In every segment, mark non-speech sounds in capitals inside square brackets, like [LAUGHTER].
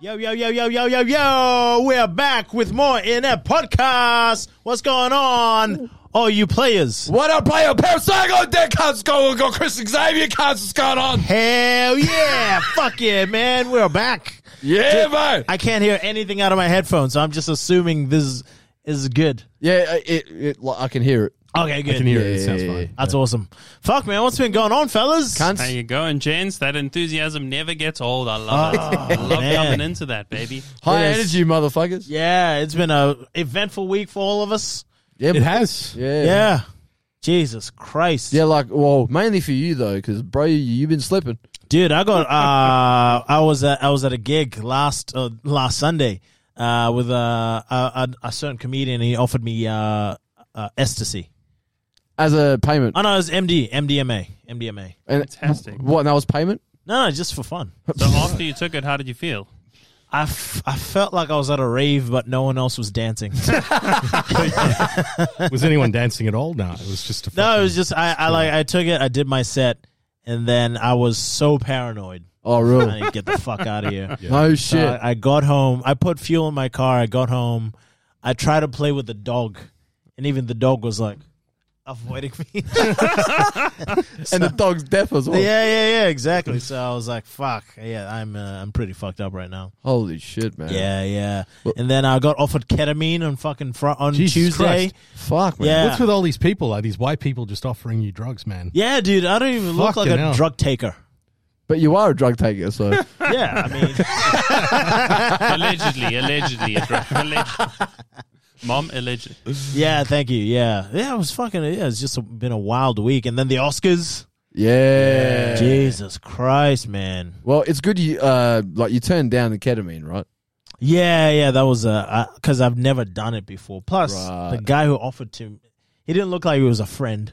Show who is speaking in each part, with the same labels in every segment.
Speaker 1: Yo, yo, yo, yo, yo, yo, yo. We're back with more in that podcast. What's going on? All you players.
Speaker 2: What up, player? Pam Sago, Dick Costco, we got Chris Xavier Costco's going on.
Speaker 1: Hell yeah. [LAUGHS] Fuck yeah, man. We're back.
Speaker 2: Yeah, mate.
Speaker 1: I can't hear anything out of my headphones, so I'm just assuming this is good.
Speaker 2: Yeah, I- it, it, like, I can hear it.
Speaker 1: Okay, good.
Speaker 2: hear
Speaker 3: it. It sounds fine.
Speaker 1: That's awesome. Fuck, man. What's been going on, fellas?
Speaker 3: How
Speaker 2: Cunts.
Speaker 3: you going, gents? That enthusiasm never gets old. I love it. I [LAUGHS] love
Speaker 1: Oh, man.
Speaker 3: coming into that, baby.
Speaker 2: High
Speaker 1: Yes.
Speaker 2: energy, motherfuckers.
Speaker 1: Yeah, it's been a eventful week for all of us.
Speaker 2: Yeah,
Speaker 4: It has.
Speaker 2: Yeah. Yeah.
Speaker 1: Yeah. Jesus Christ.
Speaker 2: Yeah, like, well, mainly for you, though, because, bro, you, you've been slipping.
Speaker 1: Dude, I got uh, I was at I was at a gig last uh, last Sunday uh, with uh, a, a a certain comedian. and He offered me uh, uh, ecstasy.
Speaker 2: As a payment.
Speaker 1: Oh no, it was MD, MDMA, MDMA.
Speaker 2: And,
Speaker 3: Fantastic.
Speaker 2: What, and that was payment?
Speaker 1: No, no, just for fun.
Speaker 3: So after you took it, how did you feel?
Speaker 1: I, f- I felt like I was at a rave, but no one else was dancing. [LAUGHS]
Speaker 4: Was anyone dancing at all? No, it was just a.
Speaker 1: no, it
Speaker 4: fucking-
Speaker 1: was just I, I like I took it, I did my set, and then I was so paranoid.
Speaker 2: Oh,
Speaker 1: I
Speaker 2: real.
Speaker 1: need to get the fuck out of here.
Speaker 2: No
Speaker 1: So
Speaker 2: shit.
Speaker 1: I, I got home. I put fuel in my car. I got home. I tried to play with the dog, and even the dog was like avoiding me. yeah,
Speaker 2: and the dog's deaf as
Speaker 1: [LAUGHS]
Speaker 2: well.
Speaker 1: yeah, yeah, exactly. So I was like, "Fuck, yeah, I'm uh, I'm pretty fucked up right now."
Speaker 2: Holy shit, man.
Speaker 1: Yeah, yeah. And then I got offered ketamine on fucking fr- on
Speaker 4: Jesus
Speaker 1: Tuesday.
Speaker 4: Christ.
Speaker 2: Fuck, man.
Speaker 1: Yeah.
Speaker 4: What's with all these people? Like these white people just offering you drugs, man?
Speaker 1: Yeah, dude, I don't even look like
Speaker 4: Fucking
Speaker 1: a
Speaker 4: hell.
Speaker 1: drug [LAUGHS] taker.
Speaker 2: But you are a drug
Speaker 1: [LAUGHS]
Speaker 2: taker, so.
Speaker 1: Yeah, I mean,
Speaker 3: Allegedly, allegedly, allegedly. Mom, allegedly.
Speaker 1: yeah, thank you. Yeah, yeah, it was fucking. Yeah, it's just a, been a wild week, and then the Oscars.
Speaker 2: yeah.
Speaker 1: Jesus Christ, man.
Speaker 2: Well, it's good you, uh, like, you turned down the ketamine, right?
Speaker 1: Yeah, yeah, that was a because I've never done it before. Plus,
Speaker 2: Right.
Speaker 1: the guy who offered to, he didn't look like he was a friend.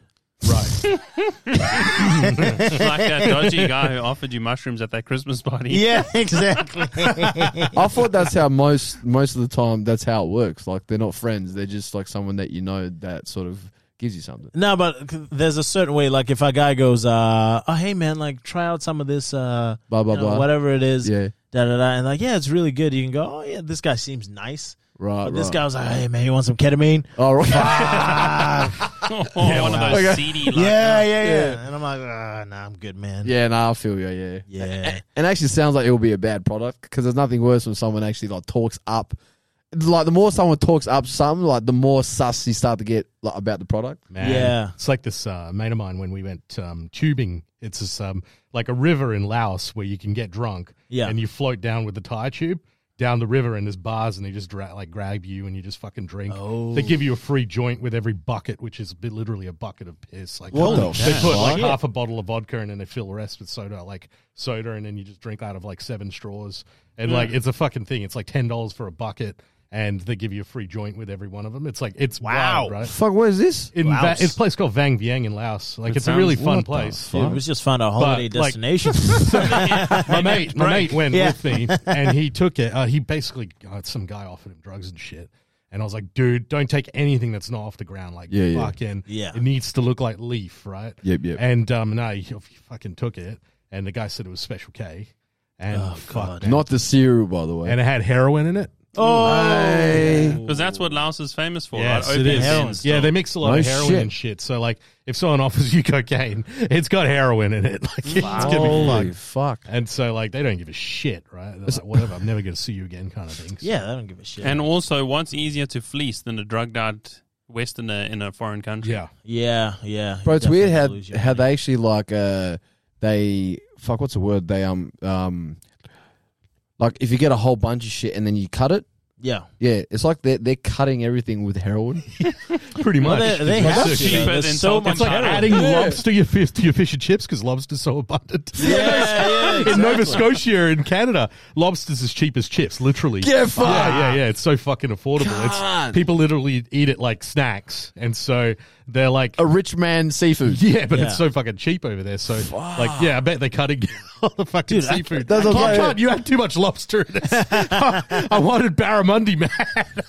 Speaker 3: It's like that dodgy guy who offered you mushrooms at that Christmas party.
Speaker 1: [LAUGHS] Yeah, exactly.
Speaker 2: I thought that's how most most of the time that's how it works. Like they're not friends; they're just like someone that you know that sort of gives you something.
Speaker 1: no, but there's a certain way. Like if a guy goes, uh, "Oh, hey man, like try out some of this, uh,
Speaker 2: Blah, blah,
Speaker 1: you know,
Speaker 2: blah.
Speaker 1: whatever it is,
Speaker 2: Yeah,
Speaker 1: da da da," and like, yeah, it's really good. You can go, "Oh yeah, this guy seems nice."
Speaker 2: right.
Speaker 1: But this
Speaker 2: right.
Speaker 1: guy was like, "Hey man, you want some ketamine?"
Speaker 2: Oh, right.
Speaker 3: Oh, [LAUGHS] one of those seedy,
Speaker 1: [LAUGHS]
Speaker 3: like,
Speaker 1: yeah, yeah, yeah, And I'm like, "Ah, nah, I'm good, man."
Speaker 2: yeah, no, I feel you. Yeah,
Speaker 1: yeah.
Speaker 2: [LAUGHS] and actually, sounds like it will be a bad product because there's nothing worse when someone actually like talks up. Like the more someone talks up something, like the more sus you start to get like, about the product.
Speaker 4: Man.
Speaker 1: Yeah.
Speaker 4: It's like this uh, mate of mine when we went um, tubing. It's this, um, like a river in Laos where you can get drunk.
Speaker 1: Yeah.
Speaker 4: And you float down with the tie tube down the river, and there's bars, and they just dra- like grab you, and you just fucking drink.
Speaker 1: Oh.
Speaker 4: They give you a free joint with every bucket, which is bi- literally a bucket of piss. Like
Speaker 2: What
Speaker 4: holy
Speaker 2: the
Speaker 4: shit. they put like
Speaker 2: fuck?
Speaker 4: half a bottle of vodka, and then they fill the rest with soda, like soda, and then you just drink out of like seven straws. And like it's a fucking thing. It's like ten dollars for a bucket. And they give you a free joint with every one of them. It's like it's wow, wild, right?
Speaker 2: Fuck, what is this?
Speaker 4: in Va-
Speaker 1: Laos.
Speaker 4: it's a place called Vang Vieng in Laos. Like
Speaker 3: That
Speaker 4: it's a really
Speaker 3: sounds-
Speaker 4: fun
Speaker 3: what the
Speaker 4: place.
Speaker 1: Dude, we just found a holiday
Speaker 4: But, like- [LAUGHS]
Speaker 1: destination. [LAUGHS]
Speaker 4: My mate, my mate went
Speaker 1: Yeah.
Speaker 4: with
Speaker 1: [LAUGHS]
Speaker 4: me, and he took it. Uh, he basically uh, some guy offered him drugs and shit. And I was like, dude, don't take anything that's not off the ground. Like,
Speaker 2: Yeah, yeah.
Speaker 4: fucking,
Speaker 1: Yeah.
Speaker 4: it needs to look like leaf, right?
Speaker 2: Yep, yep.
Speaker 4: And um, no, he, he fucking took it, and the guy said it was Special K, and fuck,
Speaker 1: Oh, God.
Speaker 4: man.
Speaker 2: Not the cereal, by the way.
Speaker 4: and it had heroin in it.
Speaker 2: Hey.
Speaker 3: Because that's what Laos is famous for.
Speaker 4: Yes,
Speaker 3: right?
Speaker 4: it
Speaker 3: Opium
Speaker 4: is.
Speaker 3: dens
Speaker 4: Yeah,
Speaker 3: still.
Speaker 4: they mix a lot
Speaker 2: No
Speaker 4: of heroin
Speaker 2: shit.
Speaker 4: and shit. So, like, if someone offers you cocaine, it's got heroin in it. [LAUGHS] Like, it's gonna be fucked.
Speaker 2: Holy fuck!
Speaker 4: And so, like, they don't give a shit, right? They're like, whatever, I'm never going to see you again, kind of thing.
Speaker 1: yeah, I don't give a shit.
Speaker 3: And also, what's easier to fleece than a drugged out Westerner in a foreign country?
Speaker 4: Yeah.
Speaker 1: yeah, yeah.
Speaker 2: Bro, it's
Speaker 1: Definitely
Speaker 2: weird how
Speaker 1: lose your
Speaker 2: how
Speaker 1: money.
Speaker 2: they actually like uh they fuck what's the word they um um like if you get a whole bunch of shit and then you cut it
Speaker 1: Yeah.
Speaker 2: yeah it's like they're they're cutting everything with heroin
Speaker 4: Pretty
Speaker 1: Well,
Speaker 4: much.
Speaker 1: they, they
Speaker 4: It's
Speaker 1: have to.
Speaker 4: like-
Speaker 3: cheaper
Speaker 1: though.
Speaker 3: than
Speaker 1: There's so
Speaker 3: South
Speaker 1: much
Speaker 4: It's like
Speaker 3: Heroin.
Speaker 4: [LAUGHS] adding lumps to your fish, to your fish and chips because lobster's so abundant.
Speaker 1: Yeah, yeah,
Speaker 4: in Nova Scotia in Canada, lobsters as cheap as chips, literally.
Speaker 2: Get fucked.
Speaker 4: Yeah, yeah, yeah. It's so fucking affordable.
Speaker 2: God.
Speaker 4: It's people literally eat it like snacks, and so they're like,
Speaker 2: A rich man seafood.
Speaker 4: yeah, but
Speaker 1: Yeah.
Speaker 4: it's so fucking cheap over there. So like, yeah, I bet they cut and get [LAUGHS] all the fucking
Speaker 1: Dude, I-
Speaker 4: seafood.
Speaker 2: That's what I'm
Speaker 4: Can't-
Speaker 2: saying.
Speaker 4: can't- you have too much lobster. In [LAUGHS] this. I, wanted barramundi, man.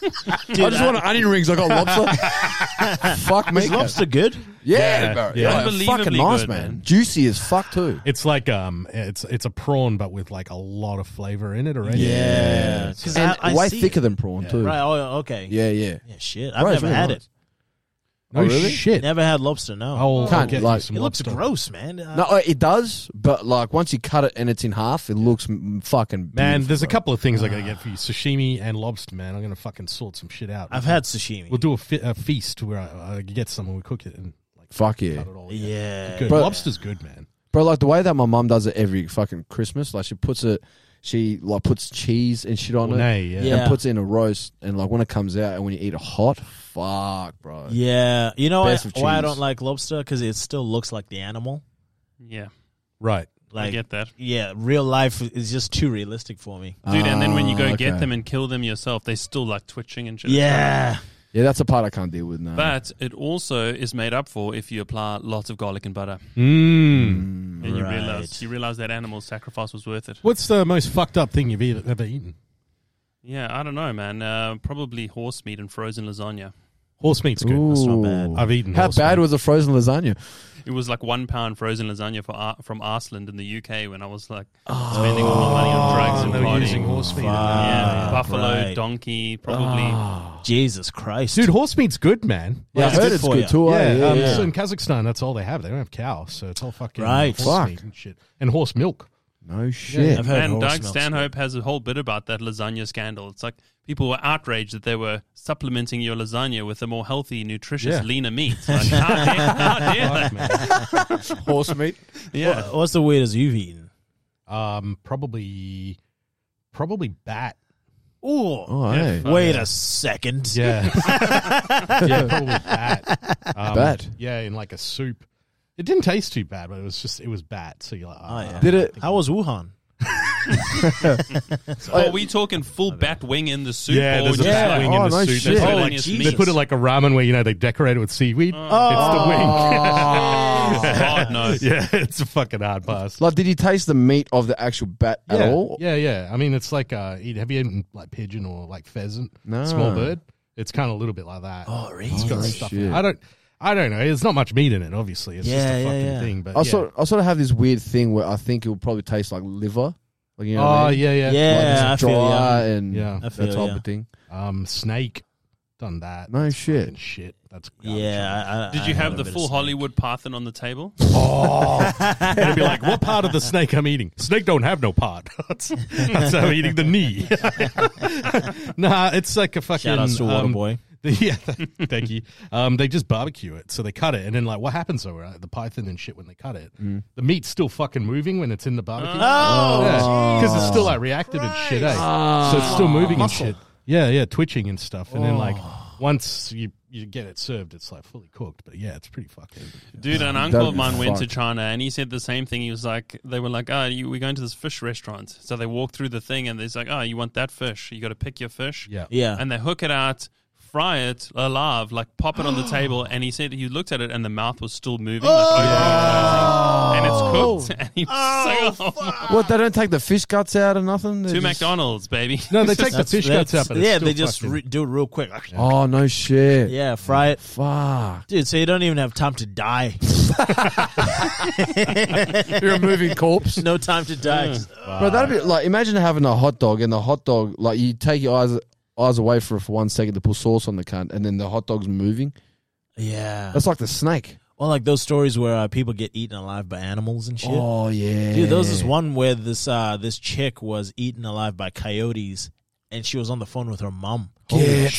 Speaker 2: I just want onion rings. I got lobster. [LAUGHS] fuck me.
Speaker 1: Is lobster good?
Speaker 2: Yeah, bro.
Speaker 4: yeah.
Speaker 2: Yeah, fucking
Speaker 3: Unbelievably
Speaker 2: nice,
Speaker 3: good,
Speaker 2: man.
Speaker 3: man.
Speaker 2: Juicy as fuck too.
Speaker 4: It's like um, it's it's a prawn, but with like a lot of flavor in it already.
Speaker 1: Yeah, because
Speaker 2: And way
Speaker 1: see
Speaker 2: thicker
Speaker 1: it.
Speaker 2: than prawn too.
Speaker 1: Right. Oh, okay.
Speaker 2: Yeah, yeah.
Speaker 1: Yeah, shit. I've
Speaker 2: Right, it's
Speaker 1: never
Speaker 2: really
Speaker 1: had
Speaker 2: nice.
Speaker 4: No
Speaker 2: Oh, really?
Speaker 1: it.
Speaker 4: shit. Oh,
Speaker 1: Never had lobster. No.
Speaker 4: I'll, I'll
Speaker 2: Can't,
Speaker 4: get
Speaker 2: like-
Speaker 4: you some
Speaker 1: it looks
Speaker 4: lobster.
Speaker 1: gross, man. Uh,
Speaker 2: No, uh, it does, but like once you cut it and it's in half, it looks m- fucking.
Speaker 4: Man,
Speaker 2: beautiful,
Speaker 4: there's a
Speaker 2: bro.
Speaker 4: couple of things I gotta
Speaker 1: Ah.
Speaker 4: get for you: sashimi and lobster. Man, I'm gonna fucking sort some shit out.
Speaker 1: I've had sashimi.
Speaker 4: We'll do a, fe- a feast where I, I get some and we cook it and like
Speaker 2: Fuck
Speaker 4: cut
Speaker 2: yeah,
Speaker 4: it all. in.
Speaker 1: yeah.
Speaker 4: good.
Speaker 2: Bro-
Speaker 4: Lobster's good, man.
Speaker 2: bro! Like the way that my mum does it every fucking Christmas, like she puts it, she like puts cheese and shit on it,
Speaker 4: Nay, yeah.
Speaker 1: Yeah.
Speaker 2: and puts it in a roast, and like when it comes out and when you eat it hot, fuck, bro.
Speaker 1: Yeah, you know why,
Speaker 2: Best of
Speaker 1: why I
Speaker 2: cheese.
Speaker 1: don't like lobster because it still looks like the animal.
Speaker 3: Yeah,
Speaker 4: Right.
Speaker 1: Like,
Speaker 3: I get that.
Speaker 1: yeah, real life is just too realistic for me.
Speaker 3: Dude, and then when you go
Speaker 2: Ah,
Speaker 3: get
Speaker 2: okay.
Speaker 3: them and kill them yourself, they still like twitching and shit.
Speaker 1: Yeah,
Speaker 2: Yeah, that's a part I can't deal with now.
Speaker 3: But it also is made up for if you apply lots of garlic and butter.
Speaker 4: Mm.
Speaker 3: And you
Speaker 1: Right.
Speaker 3: realize you realize that animal sacrifice was worth it.
Speaker 4: What's the most fucked up thing you've eat- ever eaten?
Speaker 3: Yeah, I don't know, man. Uh, probably horse meat and frozen lasagna.
Speaker 4: Horse meat's good.
Speaker 1: that's not bad.
Speaker 2: Ooh.
Speaker 4: I've eaten.
Speaker 2: How
Speaker 4: horse
Speaker 2: bad
Speaker 4: meat.
Speaker 2: was the frozen lasagna?
Speaker 3: It was like one pound frozen lasagna for Ar- from Iceland in the UK when I was like spending all my money on drugs and
Speaker 4: they were
Speaker 3: partying.
Speaker 4: using horse meat. in
Speaker 1: Fuck.
Speaker 4: that.
Speaker 3: yeah,
Speaker 1: Ah,
Speaker 3: buffalo,
Speaker 1: right.
Speaker 3: donkey, probably.
Speaker 1: Jesus Christ,
Speaker 4: Dude, horse meat's good, man.
Speaker 2: Yeah, I
Speaker 1: it's
Speaker 2: heard
Speaker 1: good
Speaker 2: it's
Speaker 1: for
Speaker 2: good
Speaker 1: you.
Speaker 2: too. eh?
Speaker 4: yeah, um,
Speaker 1: yeah.
Speaker 4: So in Kazakhstan, that's all they have. They don't have cows, so it's all fucking
Speaker 1: Right.
Speaker 4: horse
Speaker 2: Fuck.
Speaker 4: meat and shit, and horse milk.
Speaker 2: no shit.
Speaker 1: I've heard
Speaker 3: And
Speaker 1: horse
Speaker 3: Doug
Speaker 1: milk's
Speaker 3: Stanhope has a whole bit about that lasagna scandal. It's like people were outraged that they were supplementing your lasagna with a more healthy, nutritious,
Speaker 4: Yeah.
Speaker 3: leaner
Speaker 4: [LAUGHS]
Speaker 3: meat. Like, how dare, how dare they?
Speaker 4: Fuck, man.
Speaker 2: Horse meat.
Speaker 1: good. What- what's the weirdest you've eaten?
Speaker 4: Um, probably, probably bat.
Speaker 1: Oh,
Speaker 2: Oh, hey.
Speaker 1: wait a second.
Speaker 4: Yeah, yeah, probably bat. Um,
Speaker 2: Bat.
Speaker 4: Yeah, in like a soup. It didn't taste too bad, but it was just it was bat. So you're like,
Speaker 1: Oh,
Speaker 4: ah,
Speaker 1: yeah.
Speaker 2: Did it?
Speaker 1: How was Wuhan?
Speaker 3: Are we talking full bat wing in the soup?
Speaker 4: Yeah,
Speaker 3: or
Speaker 4: there's a
Speaker 3: just
Speaker 2: bat
Speaker 3: like,
Speaker 4: wing
Speaker 2: Oh,
Speaker 4: in the
Speaker 2: no
Speaker 4: soup.
Speaker 2: shit.
Speaker 4: They, put it
Speaker 1: Oh,
Speaker 4: like,
Speaker 1: jeez.
Speaker 4: they put it like a ramen where you know they decorate it with seaweed.
Speaker 1: Oh.
Speaker 2: Oh.
Speaker 4: [LAUGHS] It's the wing.
Speaker 3: hard no.
Speaker 4: [LAUGHS] yeah, it's a fucking hard
Speaker 2: [LAUGHS]
Speaker 4: pass.
Speaker 2: Like, did you taste the meat of the actual bat at
Speaker 4: yeah.
Speaker 2: all?
Speaker 4: Yeah, yeah. I mean, it's like uh, eat- have you eaten like pigeon or like pheasant?
Speaker 2: No.
Speaker 4: Small bird. It's kind of a little bit like that.
Speaker 1: Oh, really?
Speaker 4: It's got
Speaker 2: Holy
Speaker 4: stuff in it.
Speaker 2: shit.
Speaker 4: I don't. I don't know. There's not much meat in it. Obviously, it's just
Speaker 1: Yeah,
Speaker 4: a
Speaker 1: yeah,
Speaker 4: fucking
Speaker 1: yeah.
Speaker 4: thing. But
Speaker 2: I
Speaker 4: yeah.
Speaker 2: sort I sort of have this weird thing where I think it will probably taste like liver. Like you know what
Speaker 4: oh
Speaker 2: I mean?
Speaker 4: yeah, yeah,
Speaker 1: Yeah. I
Speaker 2: like
Speaker 1: feel ya.
Speaker 2: dry and
Speaker 4: Yeah. I
Speaker 2: that
Speaker 1: feel
Speaker 2: type
Speaker 1: ya.
Speaker 2: of thing.
Speaker 4: Um, snake done that.
Speaker 2: No
Speaker 4: That's
Speaker 2: shit.
Speaker 4: fucking Shit. That's garbage.
Speaker 1: Yeah. I, I,
Speaker 3: Did
Speaker 1: I
Speaker 3: you
Speaker 1: had
Speaker 3: have
Speaker 1: a
Speaker 3: the
Speaker 1: bit of
Speaker 3: full
Speaker 1: snake.
Speaker 3: Hollywood python on the
Speaker 4: [LAUGHS]
Speaker 3: table?
Speaker 4: They'd be like, "What part of the snake I'm eating? Snake don't have no part. [LAUGHS] that's, that's how I'm eating the knee." [LAUGHS] nah, it's like a fucking.
Speaker 1: Shout outs to
Speaker 4: um,
Speaker 1: Waterboy.
Speaker 4: [LAUGHS] Yeah, thank you. Um, they just barbecue it, so they cut it, and then like, what happens though? Right? The python and shit when they cut it,
Speaker 1: Mm.
Speaker 4: the meat's still fucking moving when it's in the barbecue.
Speaker 1: Oh,
Speaker 4: because it's still like reactive and shit, eh? so it's still moving and shit. Yeah, yeah, twitching and stuff, and then like
Speaker 1: Oh.
Speaker 4: once you you get it served, it's like fully cooked. But yeah, it's pretty fucking.
Speaker 3: Dude, an uncle of
Speaker 2: is
Speaker 3: mine went to
Speaker 2: fucked.
Speaker 3: China and he said the same thing. He was like, they were like, oh, you, we're going to this fish restaurant. So they walk through the thing and it's like, oh, you want that fish? You got to pick your fish.
Speaker 4: Yeah.
Speaker 1: Yeah.
Speaker 3: And they hook it out, fry it alive, like pop it on
Speaker 4: [GASPS]
Speaker 3: the table. And he said he looked at it and the mouth was still moving. Like, open
Speaker 4: Oh!
Speaker 3: and closing, and it's cooked. [LAUGHS] And he was like, oh,
Speaker 2: What they don't take the fish guts out or nothing? They're
Speaker 3: two
Speaker 2: just-
Speaker 3: McDonald's, baby.
Speaker 4: No,
Speaker 3: [LAUGHS]
Speaker 4: they take the
Speaker 1: That's-
Speaker 4: fish guts
Speaker 1: that's-
Speaker 4: out, but it's
Speaker 1: Yeah,
Speaker 4: still
Speaker 1: they just
Speaker 4: fucking-
Speaker 1: re- do it real quick.
Speaker 2: Oh no shit!
Speaker 1: Yeah, fry it.
Speaker 2: Fuck!
Speaker 1: Dude, so you don't even have time to die. [LAUGHS]
Speaker 2: You're a moving corpse.
Speaker 4: [LAUGHS]
Speaker 1: no time to die.
Speaker 2: Bro, that'd be like imagine having a hot dog and the hot dog like you take your eyes eyes away for for one second to put sauce on the cunt and then the hot dog's moving.
Speaker 1: Yeah.
Speaker 2: That's like the snake.
Speaker 1: Well, like those stories where uh, people get eaten alive by animals and shit.
Speaker 2: Oh yeah,
Speaker 1: Dude, there was this one where this uh, this chick was eaten alive by coyotes, and she was on the phone with her mum
Speaker 2: Get
Speaker 1: while it was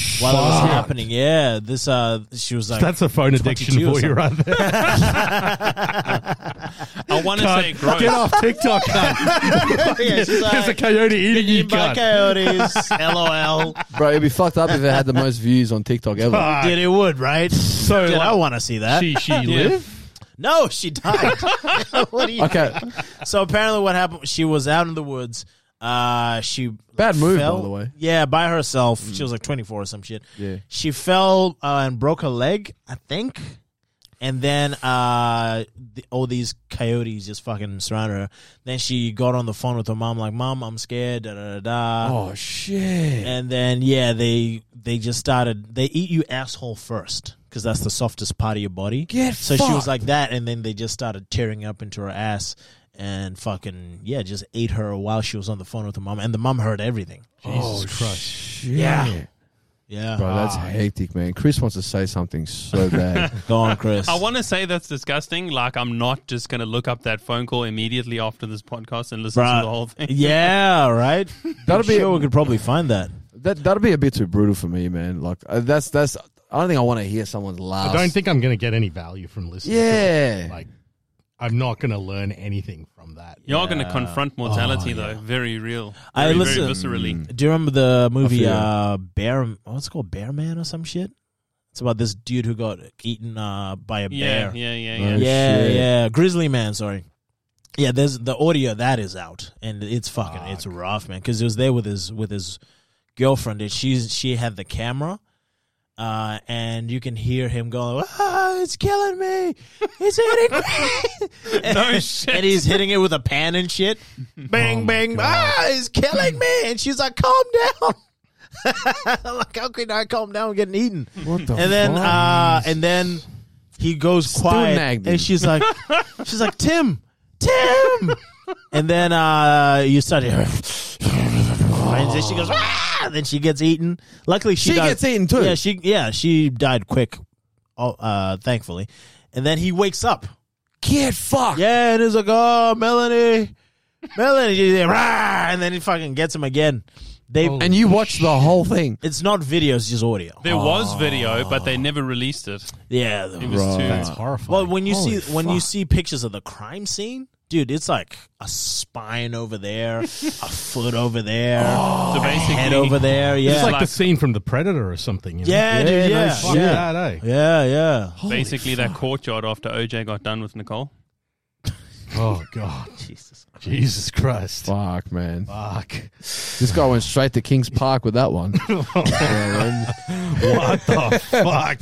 Speaker 2: fucked.
Speaker 1: happening. Yeah, this uh, she was like,
Speaker 4: That's a phone addiction
Speaker 1: 22 or
Speaker 4: for you right there.
Speaker 3: I want to say gross.
Speaker 4: Get
Speaker 1: [LAUGHS]
Speaker 4: off TikTok.
Speaker 1: [LAUGHS]
Speaker 4: cunt.
Speaker 1: yeah, she's
Speaker 4: There's a
Speaker 1: like,
Speaker 4: coyote eating you,
Speaker 1: eaten by
Speaker 4: cunt.
Speaker 1: coyotes. LOL.
Speaker 2: Bro, it'd be fucked up if it had the
Speaker 4: [LAUGHS]
Speaker 2: most views on TikTok ever.
Speaker 4: Fuck.
Speaker 1: Dude, it would right.
Speaker 2: Oh,
Speaker 4: So
Speaker 1: Dude, I
Speaker 4: like,
Speaker 1: want to see that.
Speaker 4: she she live?
Speaker 1: No, she died. [LAUGHS] What do you-
Speaker 2: Okay.
Speaker 1: So apparently, what happened? She was out in the woods. Uh, she
Speaker 2: Bad move,
Speaker 1: fell,
Speaker 2: by the way. Mm.
Speaker 1: Yeah, by herself. She was like 24 or some shit.
Speaker 2: Yeah.
Speaker 1: She fell uh, and broke her leg, I think. And then uh, the, all these coyotes just fucking surrounded her. Then she got on the phone with her mom, like, "Mom, I'm scared." Da da da. da.
Speaker 2: Oh shit.
Speaker 1: And then yeah, they they just started. They eat you asshole first because that's the softest part of your body.
Speaker 2: Get
Speaker 1: so she was
Speaker 2: fucked.
Speaker 1: like that, and then they just started tearing up into her ass and fucking yeah, just ate her while she was on the phone with the mom, and the mom heard everything.
Speaker 4: Jesus Christ.
Speaker 1: Yeah. Yeah,
Speaker 2: Bro, that's hectic, man. Chris wants to say something so bad.
Speaker 1: [LAUGHS] go on, Chris.
Speaker 3: [LAUGHS] I want to say that's disgusting. Like, I'm not just going to look up that phone call immediately after this podcast and listen
Speaker 1: Bruh.
Speaker 3: to the whole thing.
Speaker 1: [LAUGHS] Yeah, right. I'm
Speaker 2: That'll be-
Speaker 1: sure we could probably find that.
Speaker 2: that that'd be a bit too brutal for me, man. Like uh, that's that's. I don't think I want to hear someone's last.
Speaker 4: I don't think I'm going to get any value from listening. to it.
Speaker 2: Yeah.
Speaker 4: Like, I'm not going to learn anything from that.
Speaker 3: You're going to confront mortality, though. Very real.
Speaker 1: Oh, I
Speaker 3: Very,
Speaker 1: listen- Mm.
Speaker 3: very viscerally.
Speaker 1: Do you remember the movie
Speaker 2: feel you.
Speaker 1: uh, Bear? What's it called Bear Man or some shit? It's about this dude who got eaten uh, by a
Speaker 3: Yeah,
Speaker 1: bear.
Speaker 3: yeah, yeah,
Speaker 2: Oh,
Speaker 3: yeah.
Speaker 1: yeah,
Speaker 2: shit.
Speaker 1: yeah. Grizzly Man, sorry. Yeah, there's the audio of that is out, and it's fucking, it's rough, man. Because he was there with his with his girlfriend, and she's she had the camera, uh, and you can hear him going, "Ah, it's killing me, it's hitting me." [LAUGHS] and,
Speaker 3: No shit.
Speaker 1: and he's hitting it with a pan and shit. [LAUGHS] Bang, bang, ah, it's killing me, and she's like, "Calm down." [LAUGHS] I'm like, how can I calm down getting [LAUGHS] eaten?
Speaker 2: What the
Speaker 1: and then
Speaker 2: fuck?
Speaker 1: uh and then he goes quiet
Speaker 2: nagged
Speaker 1: and
Speaker 2: him.
Speaker 1: she's
Speaker 2: [LAUGHS]
Speaker 1: like she's like tim tim and then uh you start hearing and then she goes ah! then she gets eaten luckily she,
Speaker 2: She
Speaker 1: died-
Speaker 2: gets eaten too.
Speaker 1: yeah she yeah she died quick oh, uh thankfully and then he wakes up
Speaker 2: Get fucked.
Speaker 1: yeah and it's like oh melanie melanie she's like, "Rah!" and then he fucking gets him again they
Speaker 4: Oh.
Speaker 2: And you watch the whole thing.
Speaker 1: it's not video it's just audio
Speaker 3: There was video, but
Speaker 1: Oh.
Speaker 3: they never released it.
Speaker 1: yeah
Speaker 3: It was
Speaker 2: Right.
Speaker 3: too.
Speaker 4: That's horrifying.
Speaker 1: Well, when you
Speaker 2: Holy
Speaker 1: see when you
Speaker 2: fuck.
Speaker 1: see pictures of the crime scene, dude, it's like a spine over
Speaker 2: [LAUGHS]
Speaker 1: there, a foot over there,
Speaker 2: Oh,
Speaker 3: so basically,
Speaker 1: head over there. Yeah,
Speaker 4: it's like, the
Speaker 3: like-
Speaker 4: scene from The Predator or something. You know?
Speaker 1: yeah,
Speaker 2: Yeah,
Speaker 1: dude,
Speaker 2: no
Speaker 1: yeah,
Speaker 2: shit.
Speaker 1: yeah,
Speaker 4: Fuck that, eh?
Speaker 1: yeah, yeah.
Speaker 3: basically that courtyard after OJ got done with Nicole.
Speaker 4: Oh, God.
Speaker 1: Jesus.
Speaker 4: Jesus Christ.
Speaker 2: Fuck,
Speaker 1: [LAUGHS]
Speaker 2: man.
Speaker 4: Fuck.
Speaker 2: This guy went straight to King's Park with that one.
Speaker 4: What the fuck?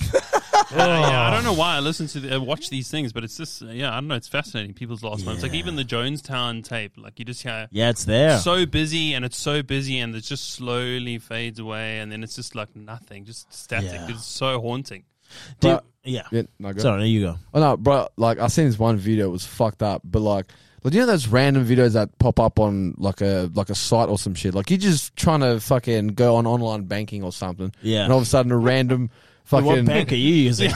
Speaker 1: Oh.
Speaker 3: Yeah, I don't know why I listen to the, uh, watch these things, but it's just uh, yeah, I don't know. It's fascinating. People's last moments, like even the Jonestown tape, like you just hear
Speaker 1: Yeah, it's there.
Speaker 3: so busy and it's so busy and it just slowly fades away and then it's just like nothing, just static.
Speaker 1: Yeah.
Speaker 3: It's so haunting. [LAUGHS]
Speaker 1: Dude,
Speaker 2: But-
Speaker 1: yeah.
Speaker 2: yeah, no, go.
Speaker 1: Sorry, there you go.
Speaker 2: Oh no, bro! Like I seen this one video, it was fucked up. But like, like you know those random videos that pop up on like a like a site or some shit. Like you're just trying to fucking go on online banking or something.
Speaker 1: Yeah.
Speaker 2: And all of a sudden, a random fucking
Speaker 1: What
Speaker 2: [LAUGHS]
Speaker 1: bank are [LAUGHS] you using?
Speaker 3: the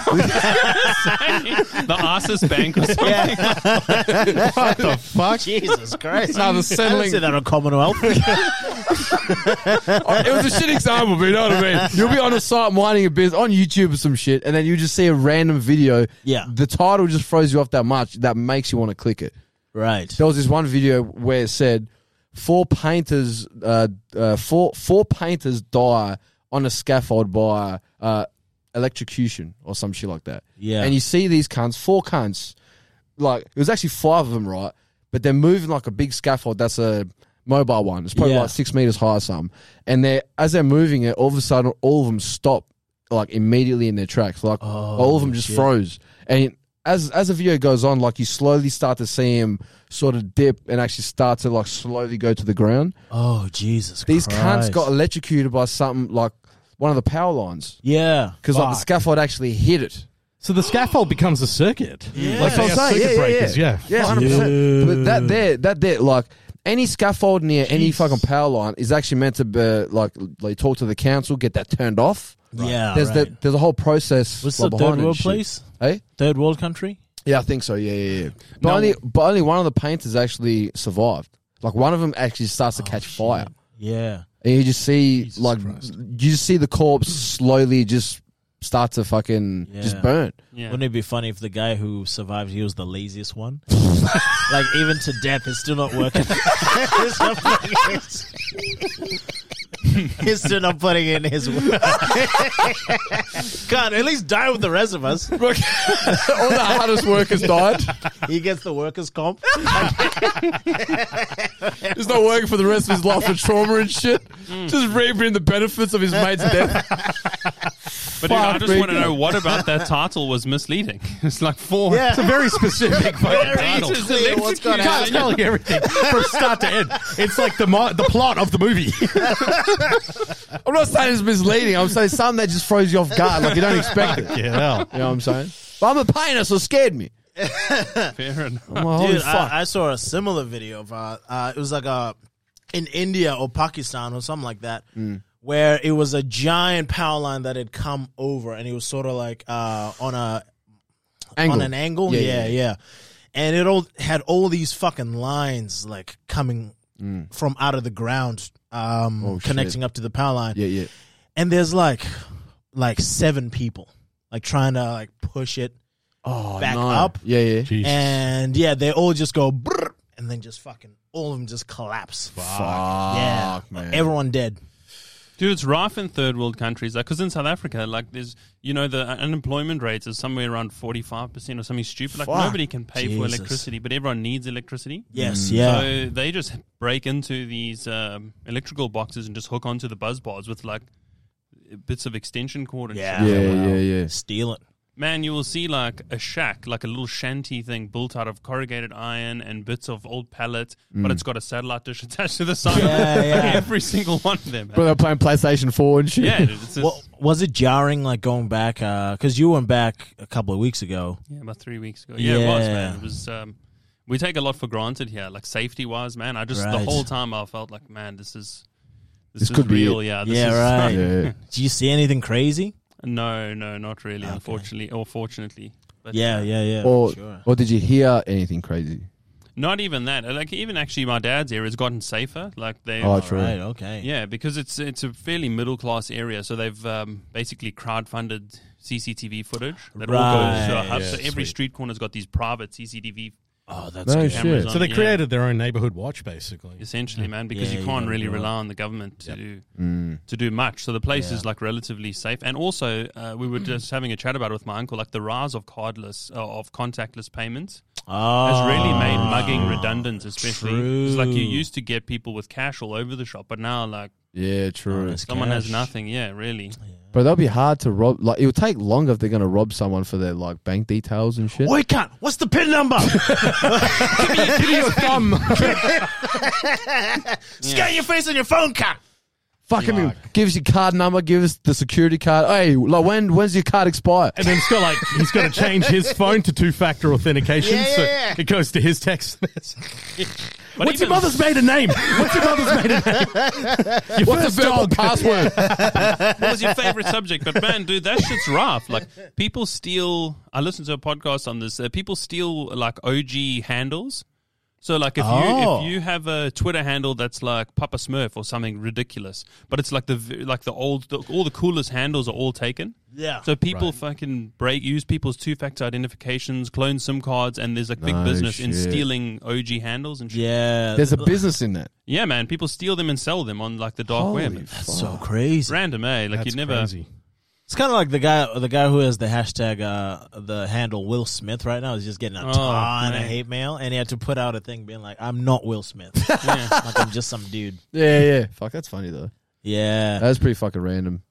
Speaker 3: Arsis Bank or
Speaker 1: [LAUGHS]
Speaker 3: something.
Speaker 1: yeah.
Speaker 2: what the fuck?
Speaker 1: Jesus Christ.
Speaker 2: No, the
Speaker 1: I don't
Speaker 2: settling.
Speaker 1: say that on
Speaker 2: [LAUGHS]
Speaker 1: Commonwealth.
Speaker 2: it was a shit example, but you know what I mean. You'll be on a site mining a business on YouTube or some shit, and then you just see a random video.
Speaker 1: Yeah.
Speaker 2: The title just throws you off that much that makes you want to click it.
Speaker 1: right.
Speaker 2: There was this one video where it said four painters, uh, uh, four four painters die on a scaffold by uh, electrocution or some shit like that.
Speaker 1: Yeah.
Speaker 2: and you see these cunts, four cunts, like it was actually five of them, right? But they're moving like a big scaffold. That's a mobile one. It's probably
Speaker 1: Yeah.
Speaker 2: like six meters high, or some. And they are as they're moving it, all of a sudden, all of them stop like immediately in their tracks. Like
Speaker 1: Oh,
Speaker 2: all of them just froze. And as as the video goes on, like you slowly start to see him sort of dip and actually start to like slowly go to the ground.
Speaker 1: Oh, Jesus
Speaker 2: These
Speaker 1: Christ.
Speaker 2: cunts got electrocuted by something like one of the power lines
Speaker 1: Yeah.
Speaker 2: because like the
Speaker 4: Fuck.
Speaker 2: scaffold actually hit it.
Speaker 4: So the scaffold becomes a circuit. Yeah. Like
Speaker 2: That's what I'm
Speaker 4: they are
Speaker 2: saying.
Speaker 4: circuit breakers, yeah.
Speaker 2: yeah, hundred percent. But that there, that there, like any scaffold near any fucking power line is actually meant to be like like talk to the council, get that turned off.
Speaker 1: Yeah.
Speaker 2: there's
Speaker 1: right.
Speaker 2: the, there's a whole process.
Speaker 1: What's
Speaker 2: like,
Speaker 1: the
Speaker 2: behind
Speaker 1: third
Speaker 2: it and
Speaker 1: world
Speaker 2: shit.
Speaker 1: place?
Speaker 2: Eh?
Speaker 1: Third world country?
Speaker 2: Yeah, I think so. Yeah, yeah, yeah. But only but only one of the painters actually survived. Like one of them actually starts to
Speaker 1: Oh,
Speaker 2: catch fire,
Speaker 1: Yeah.
Speaker 2: and you just see like you just see the corpse slowly just start to fucking
Speaker 1: Yeah.
Speaker 2: just burn. [LAUGHS]
Speaker 3: Yeah.
Speaker 1: Wouldn't it be funny if the guy who survived he was the laziest one? like even to death, it's still not working. It's not working. He's still not putting in his work. God, at least die with the rest of us.
Speaker 2: All the hardest
Speaker 1: [LAUGHS]
Speaker 2: workers died.
Speaker 1: He gets the workers' comp.
Speaker 2: He's not working for the rest of his life with trauma and shit. Just reaping the benefits of his mate's death.
Speaker 3: But dude, I
Speaker 2: Fuck,
Speaker 3: just want to
Speaker 2: man.
Speaker 3: know what about that title was misleading. [LAUGHS] It's like four.
Speaker 1: Yeah.
Speaker 4: [LAUGHS] It's a very specific fucking title.
Speaker 3: It's
Speaker 1: clear
Speaker 3: an
Speaker 1: what's gonna
Speaker 3: execution.
Speaker 4: It's telling you everything from start to end. It's like the mo- the plot of the movie.
Speaker 2: I'm not saying it's misleading. I'm saying something that just throws you off guard, like you don't
Speaker 1: [LAUGHS]
Speaker 2: expect it.
Speaker 4: yeah. hell.
Speaker 2: You know what I'm saying? But I'm a painter, so it scared me.
Speaker 3: Fair enough.
Speaker 2: I'm like, holy
Speaker 1: Dude,
Speaker 2: fuck.
Speaker 1: I, I saw a similar video of uh, uh, it was like a in India or Pakistan or something like that,
Speaker 2: Mm.
Speaker 1: where it was a giant power line that had come over, and it was sort of like uh, on a
Speaker 2: Angle.
Speaker 1: on an angle. Yeah,
Speaker 2: Yeah,
Speaker 1: yeah.
Speaker 2: yeah,
Speaker 1: And it all had all these fucking lines like coming from out of the ground, um,
Speaker 2: Mm. Oh, shit.
Speaker 1: connecting up to the power line.
Speaker 2: yeah, yeah.
Speaker 1: And there's like like seven people like trying to like push it
Speaker 2: Oh,
Speaker 1: Back
Speaker 2: no.
Speaker 1: up.
Speaker 2: Yeah, yeah.
Speaker 4: Jesus.
Speaker 1: and yeah, they all just go brrr, and then just fucking all of them just collapse.
Speaker 2: Fuck,
Speaker 1: Yeah,
Speaker 2: man.
Speaker 1: everyone dead.
Speaker 3: Dude, it's rife in third world countries. Like, because in South Africa, like, there's, you know, the unemployment rate is somewhere around 45% or something stupid. Like,
Speaker 2: Fuck.
Speaker 3: nobody can pay for
Speaker 1: Jesus.
Speaker 3: electricity, but everyone needs electricity.
Speaker 2: Mm.
Speaker 1: Yes, yeah.
Speaker 3: So they just break into these um, electrical boxes and just hook onto the buzz bars with, like, bits of extension cord and
Speaker 1: Yeah.
Speaker 3: shit.
Speaker 2: yeah, yeah, yeah.
Speaker 1: Steal it.
Speaker 3: Man, you will see, like, a shack, like a little shanty thing built out of corrugated iron and bits of old pallet, but it's got a satellite dish [LAUGHS] attached to the
Speaker 1: Mm.
Speaker 3: side. [LAUGHS]
Speaker 1: Yeah, yeah.
Speaker 3: Every single one of them. man.
Speaker 2: But they're playing PlayStation 4 and shit.
Speaker 3: yeah, dude, it's just,
Speaker 1: Well, was it jarring like going back? Because you went back a couple of weeks ago.
Speaker 3: Yeah, about three weeks ago. Yeah, it was, man.
Speaker 1: Yeah.
Speaker 3: It was. Um, we take a lot for granted here, like safety wise, man. I just the
Speaker 1: Right.
Speaker 3: whole time I felt like, man, this is this,
Speaker 2: This
Speaker 3: is
Speaker 2: could be
Speaker 3: real.
Speaker 2: it.
Speaker 3: yeah, this
Speaker 1: Yeah,
Speaker 3: is, [LAUGHS]
Speaker 1: right.
Speaker 2: [LAUGHS] Yeah.
Speaker 1: Did you see anything crazy?
Speaker 3: No, no, not really. Unfortunately, or fortunately, but
Speaker 1: Yeah, yeah, yeah.
Speaker 2: Or,
Speaker 1: sure.
Speaker 2: or did you hear anything crazy?
Speaker 3: not even that. Uh, Like even actually, my dad's area has gotten safer. Like they,
Speaker 2: Oh, true.
Speaker 1: Right. Okay.
Speaker 3: yeah, because it's it's a fairly middle class area, so they've um, basically crowdfunded CCTV footage that all goes to a
Speaker 1: Right.
Speaker 3: hub.
Speaker 4: Yeah,
Speaker 3: so every
Speaker 4: sweet.
Speaker 3: street corner's got these private CCTV
Speaker 1: Oh, that's
Speaker 2: No
Speaker 1: good.
Speaker 2: shit.
Speaker 3: cameras.
Speaker 2: Yeah.
Speaker 3: on
Speaker 4: So they
Speaker 3: it, yeah.
Speaker 4: created their own neighborhood watch, basically.
Speaker 3: essentially, man, because
Speaker 1: Yeah,
Speaker 3: you
Speaker 1: you
Speaker 3: can't
Speaker 1: gotta
Speaker 3: really
Speaker 1: do it.
Speaker 3: rely on the government to do to do much. So the place is like relatively safe, and also uh, we were just having a chat about it with my uncle, like the rise of cardless uh, of contactless payments
Speaker 1: Oh,
Speaker 3: has really made mugging redundant, especially 'Cause, like you
Speaker 1: True.
Speaker 3: used to get people with cash all over the shop, but now like
Speaker 2: Yeah, true.
Speaker 1: that's
Speaker 3: someone has
Speaker 1: cash.
Speaker 3: nothing. Yeah, really.
Speaker 2: But that'll be hard to rob. Like it'll take longer if they're gonna rob someone for their like bank details and shit.
Speaker 1: Wait, cunt. What's the pin
Speaker 2: [LAUGHS]
Speaker 1: number?
Speaker 2: Give me your
Speaker 4: [LAUGHS]
Speaker 2: thumb.
Speaker 1: Scan your face on your phone, cunt.
Speaker 2: Fucking give us your card number. Give us the security card. Hey, like when when's your card expire?
Speaker 4: And then still like he's got to change his phone to two factor authentication,
Speaker 1: Yeah, yeah,
Speaker 4: so
Speaker 1: yeah.
Speaker 4: it goes to his text.
Speaker 3: But
Speaker 4: What's your
Speaker 3: even-
Speaker 4: mother's maiden name? What's your mother's maiden name? Your
Speaker 2: What's
Speaker 4: first
Speaker 2: the verbal
Speaker 1: [LAUGHS]
Speaker 4: dog.
Speaker 2: password?
Speaker 3: what was your favorite subject? But man, dude, that shit's rough. Like people steal. I listened to a podcast on this. Uh, people steal like OG handles. So like if
Speaker 1: Oh.
Speaker 3: you if you have a Twitter handle that's like Papa Smurf or something ridiculous, but it's like the v- like the old the, all the coolest handles are all taken.
Speaker 1: Yeah.
Speaker 3: So people fucking break use people's two factor identifications, clone SIM cards, and there's like big
Speaker 2: No
Speaker 3: business in
Speaker 2: shit.
Speaker 3: stealing OG handles and shit. Yeah.
Speaker 1: yeah.
Speaker 2: [LAUGHS] There's a business in that.
Speaker 3: man, people steal them and sell them on like the dark web.
Speaker 2: Holy
Speaker 3: man.
Speaker 2: fuck.
Speaker 1: so crazy.
Speaker 3: Random, eh? Like you
Speaker 4: That's
Speaker 3: never.
Speaker 4: crazy.
Speaker 1: It's kind of like the guy, the guy who has the hashtag, uh, the handle Will Smith right now is just getting a
Speaker 3: Oh,
Speaker 1: ton of
Speaker 3: man.
Speaker 1: hate mail, and he had to put out a thing being like, "I'm not Will Smith,
Speaker 3: [LAUGHS] Yeah.
Speaker 1: like I'm just some dude."
Speaker 2: Yeah, yeah. Fuck, that's funny though.
Speaker 1: Yeah,
Speaker 2: [LAUGHS] That's pretty fucking random.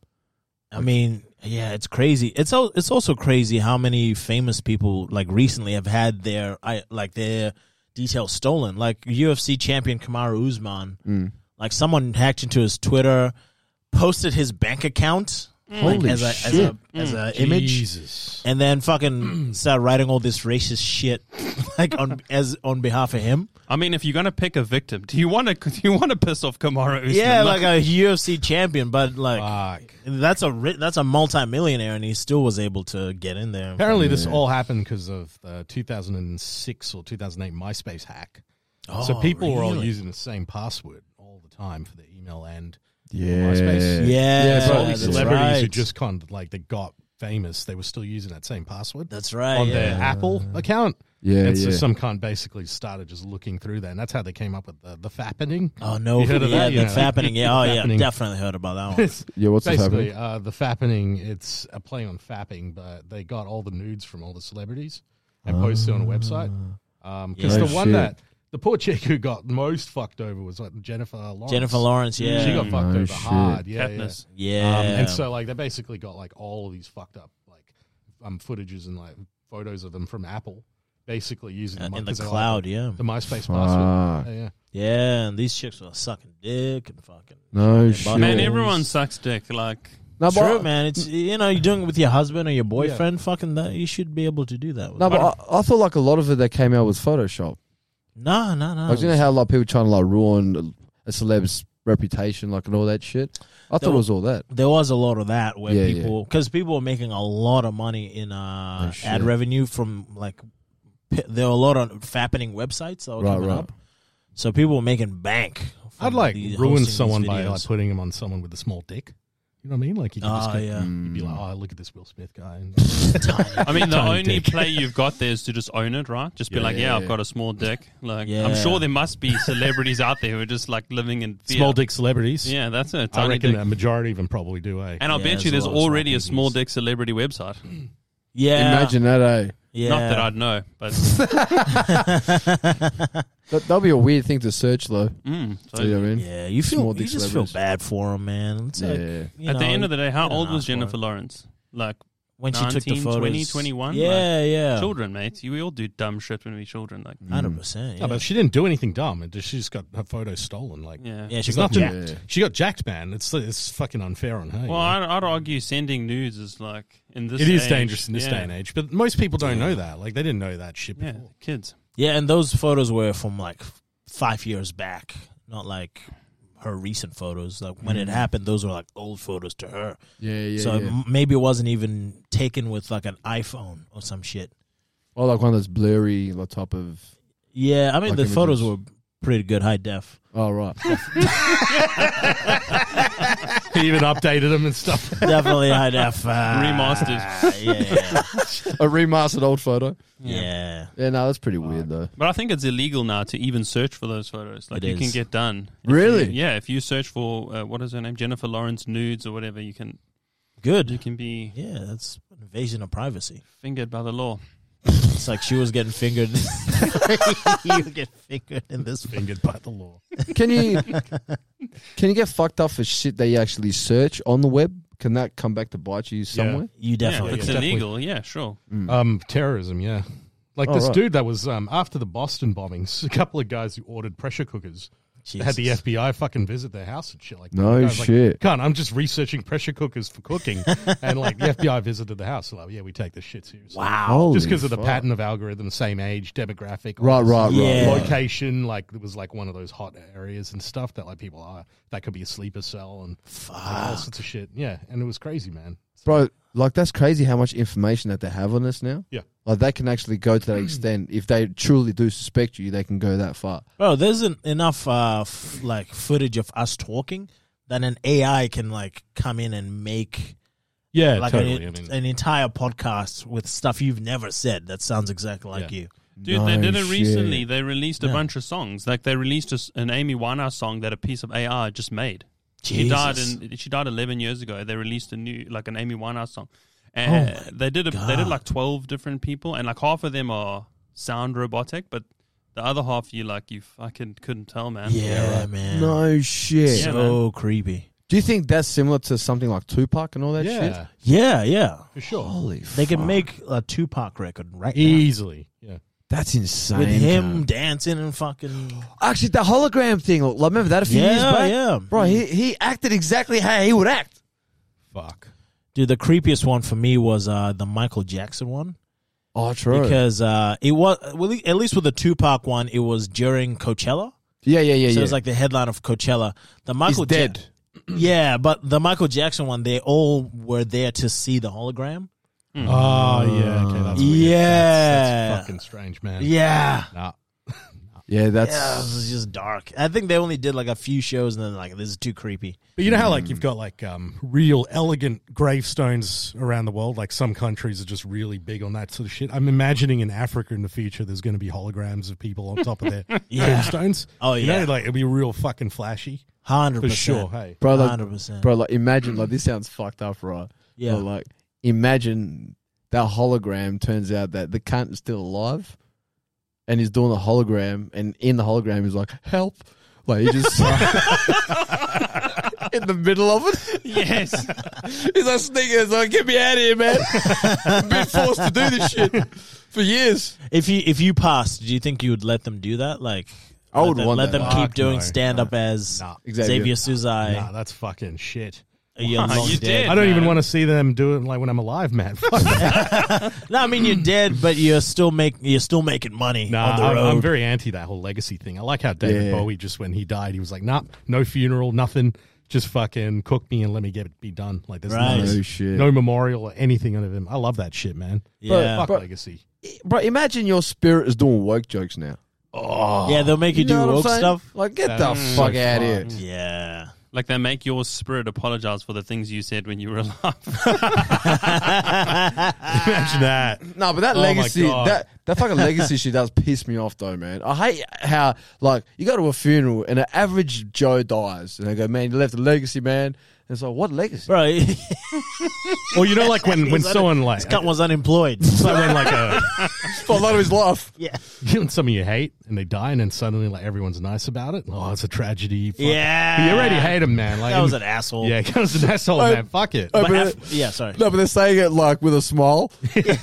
Speaker 1: I mean, yeah, it's crazy. It's al- it's also crazy how many famous people like recently have had their I like their details stolen. Like UFC champion Kamaru Usman,
Speaker 2: Mm.
Speaker 1: like someone hacked into his Twitter, posted his bank account like,
Speaker 2: Holy
Speaker 1: as a as
Speaker 2: shit.
Speaker 1: a as a
Speaker 3: Mm.
Speaker 1: image.
Speaker 4: Jesus.
Speaker 1: and then fucking [CLEARS THROAT] start writing all this racist shit [LAUGHS] like on as on behalf of him.
Speaker 3: I mean, if you're gonna pick a victim, do you want to? [LAUGHS] Do you want to piss off Kamara Usman?
Speaker 1: Yeah, like a UFC champion, but like
Speaker 4: Fuck.
Speaker 1: that's a ri- that's a multimillionaire, and he still was able to get in there.
Speaker 4: Apparently, this all happened because of the 2006 or 2008 MySpace hack. so
Speaker 1: Oh,
Speaker 4: people were all
Speaker 1: really?
Speaker 4: using the same password all the time for their email and
Speaker 2: Yeah.
Speaker 4: MySpace.
Speaker 1: Yeah,
Speaker 4: So all
Speaker 1: that's
Speaker 4: these celebrities
Speaker 1: right.
Speaker 4: who just kind of like they got famous, they were still using that same password
Speaker 1: That's right.
Speaker 4: on
Speaker 1: Uh, yeah.
Speaker 4: their Apple account.
Speaker 2: Yeah,
Speaker 4: and so
Speaker 2: yeah.
Speaker 4: some kind basically started just looking through that, and that's how they came up with the the fappening.
Speaker 1: Oh no,
Speaker 4: You heard of
Speaker 1: yeah,
Speaker 4: that?
Speaker 1: that's
Speaker 4: Yeah.
Speaker 1: happening. Yeah, oh yeah,
Speaker 4: Fappening.
Speaker 1: definitely heard about that
Speaker 4: [LAUGHS]
Speaker 1: one.
Speaker 4: It's
Speaker 2: Yeah, what's this
Speaker 4: basically
Speaker 2: happening?
Speaker 4: uh, the fappening. It's a play on fapping, but they got all the nudes from all the celebrities and posted it on a website. Because
Speaker 1: Yeah.
Speaker 4: the
Speaker 2: Oh,
Speaker 4: one
Speaker 2: shit.
Speaker 4: that the poor chick who got most fucked over was like Jennifer Lawrence.
Speaker 1: Jennifer Lawrence, yeah,
Speaker 4: She got fucked
Speaker 2: Oh,
Speaker 4: over
Speaker 2: shit.
Speaker 4: hard. Yeah, yeah.
Speaker 3: Katniss.
Speaker 1: yeah,
Speaker 4: Um, and so like they basically got like all of these fucked up like um footages and like photos of them from Apple, basically using
Speaker 1: Uh,
Speaker 4: them
Speaker 1: in the
Speaker 4: 'cause they like
Speaker 1: cloud, yeah,
Speaker 4: the MySpace
Speaker 2: Fuck.
Speaker 4: password. Yeah, yeah.
Speaker 1: yeah. And these chicks were sucking dick and fucking.
Speaker 2: No
Speaker 1: Man,
Speaker 2: shit.
Speaker 3: Man,
Speaker 1: Yeah.
Speaker 3: everyone sucks dick. Like,
Speaker 2: no, but,
Speaker 1: True, man. It's you know you're doing it with your husband or your boyfriend. Fucking that, you should be able to do that. With
Speaker 2: No, but I, I thought like a lot of it that came out was Photoshop.
Speaker 1: no, no, no.
Speaker 2: Like, you know how like people trying to like ruin a celeb's reputation, like and all that shit. I thought it was all that.
Speaker 1: there was a lot of that where
Speaker 2: Yeah,
Speaker 1: people because people were making a lot of money in
Speaker 2: Oh,
Speaker 1: uh,
Speaker 2: shit.
Speaker 1: ad revenue from like p- there were a lot of fapping websites Oh, that were
Speaker 2: Right,
Speaker 1: coming
Speaker 2: right.
Speaker 1: up, so people were making bank. from
Speaker 3: Um,
Speaker 4: I'd like
Speaker 1: these- hosting
Speaker 4: ruin
Speaker 1: these
Speaker 4: someone by
Speaker 1: videos.
Speaker 4: like putting him on someone with a small dick. You know what I mean? Like you could
Speaker 1: Ah,
Speaker 4: just get,
Speaker 1: yeah.
Speaker 2: Mm.
Speaker 4: you'd be like,
Speaker 3: Mm.
Speaker 4: oh, look at this Will Smith
Speaker 3: [LAUGHS]
Speaker 4: guy. And, [LAUGHS]
Speaker 3: I mean, the
Speaker 4: Tiny
Speaker 3: only
Speaker 4: dick.
Speaker 3: play you've got there is to just own it, right? Just be
Speaker 2: Yeah,
Speaker 3: like,
Speaker 2: yeah,
Speaker 3: yeah,
Speaker 2: yeah.
Speaker 3: I've got a small dick. Like,
Speaker 1: Yeah.
Speaker 3: I'm sure there must be celebrities out there who are just like living in fear.
Speaker 4: Small dick celebrities.
Speaker 3: Yeah, that's a
Speaker 4: I
Speaker 3: tiny
Speaker 4: reckon
Speaker 3: dick.
Speaker 4: the majority of them probably do. Eh?
Speaker 3: And I'll
Speaker 1: Yeah,
Speaker 3: bet you
Speaker 1: there's
Speaker 3: there's
Speaker 1: a lot of small
Speaker 3: already a
Speaker 1: piggies.
Speaker 3: small dick celebrity website.
Speaker 1: yeah,
Speaker 2: Imagine that, eh?
Speaker 1: yeah.
Speaker 3: Not that I'd know,
Speaker 1: [LAUGHS]
Speaker 3: but
Speaker 2: That, that'd be a weird thing to search, though.
Speaker 3: mm, so-
Speaker 2: you know what I mean?
Speaker 1: Yeah, you
Speaker 2: Small
Speaker 1: feel you
Speaker 2: dick
Speaker 1: just feel
Speaker 2: celebrities.
Speaker 1: bad for him, man. It's like,
Speaker 2: Yeah.
Speaker 1: you
Speaker 3: at
Speaker 1: know,
Speaker 3: the end of the day, how
Speaker 1: they're
Speaker 3: old
Speaker 1: not
Speaker 3: was
Speaker 1: for
Speaker 3: Jennifer
Speaker 1: it.
Speaker 3: Lawrence? Like
Speaker 1: when she took the
Speaker 3: 19,
Speaker 1: photos,
Speaker 3: 20, 21,
Speaker 1: Yeah, yeah, Mm.
Speaker 3: children, mate. You- We all do dumb shit when we're children. Like,
Speaker 2: Mm.
Speaker 1: hundred percent.
Speaker 4: No, but she didn't do anything dumb. It just- She just got her photos stolen. Like
Speaker 3: yeah.
Speaker 1: Yeah, she
Speaker 4: She's
Speaker 1: got
Speaker 4: nothing.
Speaker 1: jacked.
Speaker 2: jacked.
Speaker 4: She got jacked, man. It's it's fucking unfair on her. you
Speaker 3: Well,
Speaker 4: know?
Speaker 3: I'd, I'd argue sending nudes is like in this.
Speaker 4: it is
Speaker 3: age,
Speaker 4: dangerous in this
Speaker 3: yeah,
Speaker 4: day and age, but most people don't know that. Like they didn't know that shit
Speaker 3: Yeah,
Speaker 4: before.
Speaker 1: [LAUGHS]
Speaker 3: kids.
Speaker 1: Yeah, and those photos were from like f- five years back, not like her recent photos. Like when it happened, those were like old photos to her.
Speaker 2: Yeah, Mm. yeah.
Speaker 1: so
Speaker 2: yeah.
Speaker 1: m- maybe it wasn't even taken with like an iPhone or some shit.
Speaker 2: Or like one of those blurry, like type of.
Speaker 1: Yeah, I mean
Speaker 2: Like
Speaker 1: the
Speaker 2: images.
Speaker 1: photos were pretty good high def.
Speaker 2: Oh right. [LAUGHS]
Speaker 4: he even updated them and stuff. [LAUGHS]
Speaker 1: Definitely high def. Uh,
Speaker 3: Remastered.
Speaker 1: Yeah,
Speaker 2: a remastered old photo.
Speaker 1: yeah.
Speaker 2: Yeah, no, that's pretty weird though.
Speaker 3: But I think it's illegal now to even search for those photos. Like
Speaker 1: It
Speaker 3: you can
Speaker 1: is.
Speaker 3: get done. If
Speaker 2: Really?
Speaker 3: you- yeah. If you search for uh, what is her name, Jennifer Lawrence nudes or whatever, you can you
Speaker 1: Good.
Speaker 3: can be
Speaker 1: Yeah, that's invasion of privacy.
Speaker 3: fingered by the law.
Speaker 1: It's like she was getting fingered. [LAUGHS] you get fingered in this
Speaker 4: Fingered by the law.
Speaker 2: Can you can you get fucked up for shit that you actually search on the web? Can that come back to bite you somewhere?
Speaker 1: You
Speaker 3: yeah,
Speaker 1: definitely
Speaker 3: if it's
Speaker 4: yeah.
Speaker 3: illegal. Yeah, sure.
Speaker 2: Mm.
Speaker 4: Um, terrorism. Yeah, like
Speaker 2: Oh,
Speaker 4: this
Speaker 2: right.
Speaker 4: dude that was um after the Boston bombings, [LAUGHS] a couple of guys who ordered pressure cookers.
Speaker 1: did.
Speaker 4: Had the
Speaker 1: Jesus.
Speaker 4: FBI fucking visit their house and shit like that.
Speaker 2: No
Speaker 4: The guy's like,
Speaker 2: shit.
Speaker 4: Cunt, I'm just researching pressure cookers
Speaker 2: [LAUGHS]
Speaker 4: for cooking, and like the FBI visited the house. Like, yeah, we take this shit seriously.
Speaker 1: Wow.
Speaker 2: Holy
Speaker 4: just because of the
Speaker 2: fuck.
Speaker 4: pattern of algorithm, same age, demographic, all
Speaker 2: Right,
Speaker 4: this
Speaker 2: right, right.
Speaker 1: Yeah.
Speaker 2: right.
Speaker 4: location. Like it was like one of those hot areas and stuff that like people are. That could be a sleeper cell and like, all sorts of shit. Yeah, and it was crazy, man.
Speaker 2: Bro, like that's crazy how much information that they have on us now.
Speaker 4: Yeah.
Speaker 2: Like they can actually go to that
Speaker 1: Mm.
Speaker 2: extent. If they truly do suspect you, they can go that far.
Speaker 1: Bro, there isn't enough uh, f- like footage of us talking that an AI can like come in and make
Speaker 4: Yeah,
Speaker 1: like an, an entire podcast with stuff you've never said that sounds exactly like
Speaker 4: Yeah.
Speaker 1: you.
Speaker 3: Dude,
Speaker 2: No
Speaker 3: they did it
Speaker 2: shit.
Speaker 3: recently. They released a
Speaker 1: Yeah.
Speaker 3: bunch of songs. Like they released a s an Amy Winehouse song that a piece of AR just made. She
Speaker 1: Jesus.
Speaker 3: died in, she died 11 years ago. They released a new like an Amy Winehouse song. And
Speaker 1: Oh my
Speaker 3: they did a, they
Speaker 1: God.
Speaker 3: did like 12 different people and like half of them are sound robotic, but the other half you like you fucking couldn't tell, man.
Speaker 1: yeah, man.
Speaker 2: No shit.
Speaker 3: Yeah,
Speaker 1: so creepy.
Speaker 2: Do you think that's similar to something like Tupac and all that
Speaker 4: yeah,
Speaker 2: shit?
Speaker 1: Yeah, yeah.
Speaker 4: for sure,
Speaker 2: Holy
Speaker 1: They can make a Tupac record right now
Speaker 4: easily. Yeah,
Speaker 2: that's insane.
Speaker 1: with him
Speaker 2: cunt.
Speaker 1: dancing and fucking.
Speaker 2: Actually, the hologram thing. Like, remember that a few years
Speaker 1: Yeah,
Speaker 2: back?
Speaker 1: yeah. Mm.
Speaker 2: Bro, he, he acted exactly how he would act.
Speaker 4: fuck.
Speaker 1: Dude, the creepiest one for me was uh, the Michael Jackson one.
Speaker 2: Oh, true.
Speaker 1: because uh, it was well, at least with the Tupac one, it was during Coachella.
Speaker 2: yeah, yeah, yeah,
Speaker 1: So
Speaker 2: yeah.
Speaker 1: it was like the headline of Coachella. The
Speaker 2: he's
Speaker 1: Michael Ja-
Speaker 2: dead.
Speaker 1: [CLEARS THROAT] yeah, but the Michael Jackson one, they all were there to see the hologram.
Speaker 4: Oh yeah, okay, that's weird.
Speaker 1: Yeah.
Speaker 4: That's- that's fucking strange, man.
Speaker 1: Yeah,
Speaker 4: Nah.
Speaker 2: Yeah, that's
Speaker 1: Yeah, it was just dark. I think they only did like a few shows, and then like this is too creepy.
Speaker 4: But you know how like you've got like um, real elegant gravestones around the world. Like some countries are just really big on that sort of shit. I'm imagining in Africa in the future, there's going to be holograms of people on top of
Speaker 1: [LAUGHS]
Speaker 4: their
Speaker 1: Yeah.
Speaker 4: tombstones.
Speaker 1: Oh,
Speaker 4: you
Speaker 1: yeah.
Speaker 4: know, like it'd be real fucking flashy
Speaker 1: Hundred
Speaker 4: for
Speaker 1: percent,
Speaker 4: sure. Hey,
Speaker 2: bro. Like,
Speaker 1: Hundred percent.
Speaker 2: bro, like imagine like this sounds fucked up, right?
Speaker 1: Yeah.
Speaker 2: But, like imagine that hologram turns out that the cunt is still alive, and he's doing the hologram, and in the hologram he's like, "Help!" Like he just [LAUGHS] in the middle of it.
Speaker 3: [LAUGHS]
Speaker 1: [LAUGHS]
Speaker 3: Yes.
Speaker 2: He's like sneaking, he's like, "Get me out of here, man!" I've been forced to do this shit for years.
Speaker 1: If you if you passed, do you think you would let them do that? Like,
Speaker 2: I
Speaker 1: let
Speaker 2: would
Speaker 1: them,
Speaker 2: want
Speaker 1: let
Speaker 2: that.
Speaker 1: them
Speaker 4: Fuck
Speaker 1: keep doing
Speaker 4: no.
Speaker 1: stand up as
Speaker 2: Exactly.
Speaker 1: Xavier Suzai.
Speaker 4: nah, that's fucking shit.
Speaker 1: You're
Speaker 3: Wow,
Speaker 1: long
Speaker 3: you
Speaker 1: dead.
Speaker 3: did.
Speaker 4: I don't even
Speaker 3: man.
Speaker 4: want to see them do it like when I'm alive, man. [LAUGHS] Fuck that.
Speaker 1: No, I mean you're dead, but you're still make you're still making money
Speaker 4: Hmm. nah,
Speaker 1: on the
Speaker 4: Uh, I'm,
Speaker 1: road.
Speaker 4: I'm very anti that whole legacy thing. I like how David
Speaker 2: Yeah.
Speaker 4: Bowie just when he died, he was like, nah, no funeral, nothing. Just fucking cook me and let me get it be done. Like there's
Speaker 1: Right.
Speaker 4: no,
Speaker 2: No shit.
Speaker 4: no memorial or anything of him. I love that shit, man.
Speaker 1: yeah,
Speaker 4: Fuck
Speaker 2: But-
Speaker 4: legacy.
Speaker 2: Bro, imagine your spirit is doing woke jokes now.
Speaker 1: yeah, they'll make you,
Speaker 2: know what
Speaker 1: do
Speaker 2: I'm
Speaker 1: woke
Speaker 2: saying?
Speaker 1: stuff.
Speaker 2: Like, get
Speaker 4: That's
Speaker 2: the
Speaker 4: so
Speaker 2: fuck out of here.
Speaker 4: fucked.
Speaker 1: Yeah,
Speaker 3: Like they make your spirit apologize for the things you said when you were [LAUGHS]
Speaker 1: [LAUGHS]
Speaker 3: alive.
Speaker 4: [LAUGHS] Imagine that.
Speaker 1: [LAUGHS]
Speaker 2: No, but that
Speaker 4: Oh my
Speaker 2: legacy,
Speaker 4: God.
Speaker 2: that that fucking legacy shit does piss me off though, man. I hate how like you go to a funeral and an average Joe dies, and they go, "Man, you left a legacy, man." And it's like, what legacy?
Speaker 1: bro. [LAUGHS] This
Speaker 4: Or you know, like when when someone like
Speaker 1: cut was unemployed.
Speaker 4: so [LAUGHS] when like a
Speaker 2: [LAUGHS] For a lot of his life. [LAUGHS]
Speaker 1: yeah,
Speaker 4: when someone [LAUGHS] you hate and they die and then suddenly like everyone's nice about it. Oh, it's a tragedy. Fuck.
Speaker 1: Yeah.
Speaker 4: But you already hate him, man. Like
Speaker 1: that was an asshole.
Speaker 4: yeah, [LAUGHS] that was an asshole, man. Fuck it.
Speaker 2: Oh,
Speaker 1: But
Speaker 2: but-
Speaker 1: af- yeah, sorry.
Speaker 2: No, but they're saying it like with
Speaker 1: [LAUGHS]
Speaker 2: a smile. [LAUGHS] like, they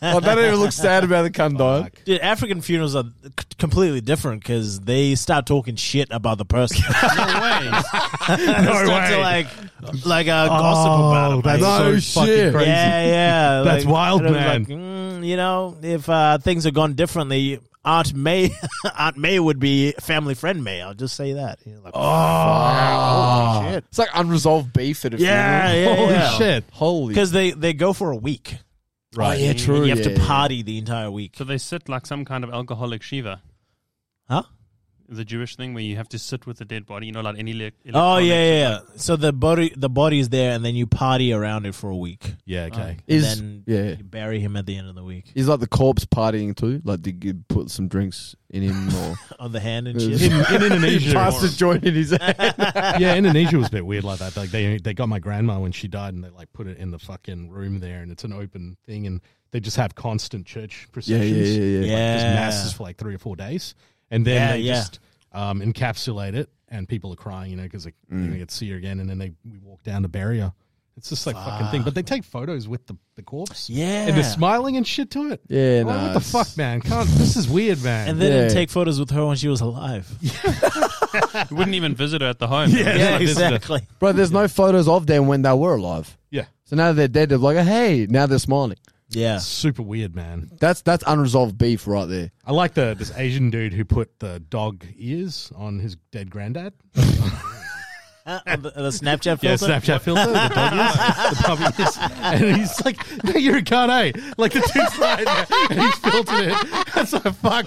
Speaker 2: don't even look sad about the cum dying.
Speaker 1: Dude, African funerals are c- completely different because they start talking shit about the
Speaker 4: [LAUGHS]
Speaker 1: person. [LAUGHS]
Speaker 3: No way.
Speaker 1: no start to
Speaker 4: way.
Speaker 1: like, like uh, gossip about
Speaker 4: Oh,
Speaker 1: it.
Speaker 4: that's
Speaker 1: mate.
Speaker 4: so
Speaker 2: No
Speaker 4: fucking
Speaker 2: shit.
Speaker 4: crazy.
Speaker 1: Yeah, yeah,
Speaker 4: That's wild,
Speaker 1: and it was
Speaker 4: man.
Speaker 1: Like, mm, you know, if uh, things had gone differently, Aunt May, [LAUGHS] Aunt May would be family friend May. I'll just say that. You're like,
Speaker 2: Oh,
Speaker 1: shit.
Speaker 2: It's like unresolved beef at a
Speaker 1: yeah,
Speaker 2: funeral.
Speaker 1: yeah,
Speaker 4: Holy
Speaker 1: yeah.
Speaker 4: shit.
Speaker 2: [LAUGHS] Holy.
Speaker 1: Because they they go for a week.
Speaker 2: Oh, yeah,
Speaker 1: And
Speaker 2: true.
Speaker 1: You have
Speaker 2: yeah,
Speaker 1: to
Speaker 2: yeah.
Speaker 1: party the entire week,
Speaker 3: So they sit like some kind of alcoholic Shiva.
Speaker 1: huh?
Speaker 3: The Jewish thing where you have to sit with the dead body, you know, like any. elec-
Speaker 1: Oh
Speaker 3: electronic-
Speaker 1: yeah, yeah. yeah. So the body the body's there, and then you party around it for a week.
Speaker 4: Yeah, okay.
Speaker 2: Is,
Speaker 1: and then
Speaker 2: yeah.
Speaker 1: you bury him at the end of the week
Speaker 2: Is like the corpse partying too? Like, did you put some drinks in him or.
Speaker 1: on the hand and [LAUGHS]
Speaker 2: [LAUGHS]
Speaker 1: shit.
Speaker 4: In, in Indonesia,
Speaker 2: Passed a joint
Speaker 1: [LAUGHS]
Speaker 2: in his
Speaker 4: yeah, Indonesia was a bit weird like that. Like they they got my grandma when she died, and they like put it in the fucking room there, and it's an open thing, and they just have constant church
Speaker 2: Yeah, yeah,
Speaker 4: processions,
Speaker 2: yeah, yeah.
Speaker 4: just
Speaker 1: Yeah.
Speaker 4: masses for like three or four days, and then
Speaker 1: Yeah,
Speaker 4: they
Speaker 1: yeah.
Speaker 4: just um, encapsulate it, and people are crying, you know, because they, they're
Speaker 1: Mm.
Speaker 4: gonna get to see her again, and then they we walk down the barrier. It's just like fucking thing, but they take photos with the, the corpse,
Speaker 1: Yeah.
Speaker 4: and they're smiling and shit to it.
Speaker 2: Yeah,
Speaker 4: Like,
Speaker 2: nah,
Speaker 4: what the
Speaker 2: it's-
Speaker 4: fuck, man? Can't this is weird, man.
Speaker 1: And they didn't
Speaker 2: Yeah.
Speaker 1: take photos with her when she was alive.
Speaker 3: You wouldn't even visit her at the home.
Speaker 1: [LAUGHS] Yeah,
Speaker 3: Like, [LAUGHS] this is the-
Speaker 1: exactly.
Speaker 2: Bro, there's no photos of them when they were alive.
Speaker 4: yeah,
Speaker 2: So now they're dead. They're like, hey, now they're smiling.
Speaker 1: Yeah.
Speaker 4: super weird, man.
Speaker 2: That's that's unresolved beef right there.
Speaker 4: I like the this Asian dude who put the dog ears on his dead granddad.
Speaker 1: Uh, on the, the Snapchat filter.
Speaker 4: [LAUGHS] Yeah, Snapchat filter. The dog ears. The dog ears. And he's like, "No, you're a cunt, eh?" Like the dude's [LAUGHS] lying there, and he's filtered it. That's a fuck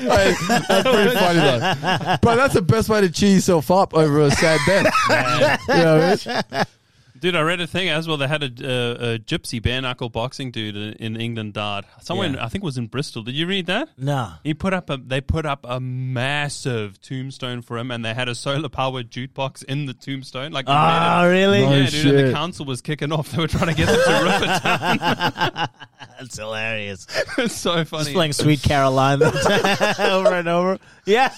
Speaker 2: [LAUGHS] Hey, that's
Speaker 4: [LAUGHS]
Speaker 2: pretty funny though. Bro, that's the best way to cheer yourself up over a sad death. you know what I mean?
Speaker 3: Dude, I read a thing as well. They had a, a, a gypsy bare knuckle boxing dude in, in England died. Someone,
Speaker 1: Yeah.
Speaker 3: I think, it was in Bristol. Did you read that?
Speaker 1: Nah.
Speaker 3: He put up a. They put up a massive tombstone for him, and they had a solar powered jukebox in the tombstone. Like,
Speaker 1: Oh, really?
Speaker 2: No.
Speaker 3: yeah, dude. And
Speaker 2: shit.
Speaker 3: the council was kicking off. They were trying to get them to rip it down. [LAUGHS]
Speaker 1: That's hilarious.
Speaker 3: It's so funny.
Speaker 1: Just playing Sweet Caroline over and over. Yeah.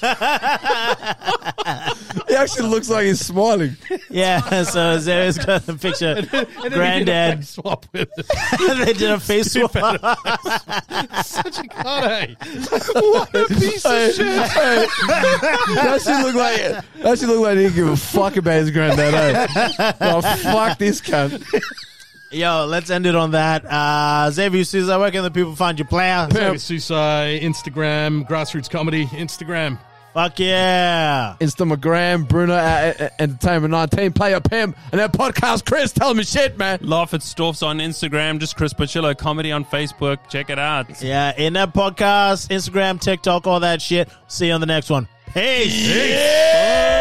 Speaker 2: He actually looks like he's smiling.
Speaker 1: Yeah. So Zara's got the picture.
Speaker 4: And then he did a
Speaker 1: Granddad.
Speaker 4: face swap with
Speaker 1: [LAUGHS]
Speaker 4: it.
Speaker 1: they did a face swap.
Speaker 4: Such a cunt, eh?
Speaker 2: Hey,
Speaker 1: [LAUGHS]
Speaker 2: hey. that should look like that should look like he didn't give a fuck about his granddad. eh? Oh fuck this cunt.
Speaker 1: Yo, let's end it on that. Uh, Xavier Souza, where can the people find your player?
Speaker 4: Suicide, Instagram, grassroots comedy, Instagram.
Speaker 1: Fuck yeah.
Speaker 2: Instagram, Bruno at, at- at Entertainment 19, Player Pim, and that podcast, Chris, tell me shit, man.
Speaker 4: Laugh at Storfs on Instagram, just Chris Pachillo comedy on Facebook. Check it out.
Speaker 1: Yeah, in that podcast, Instagram, TikTok, all that shit. See you on the next one. Peace.
Speaker 4: Yeah.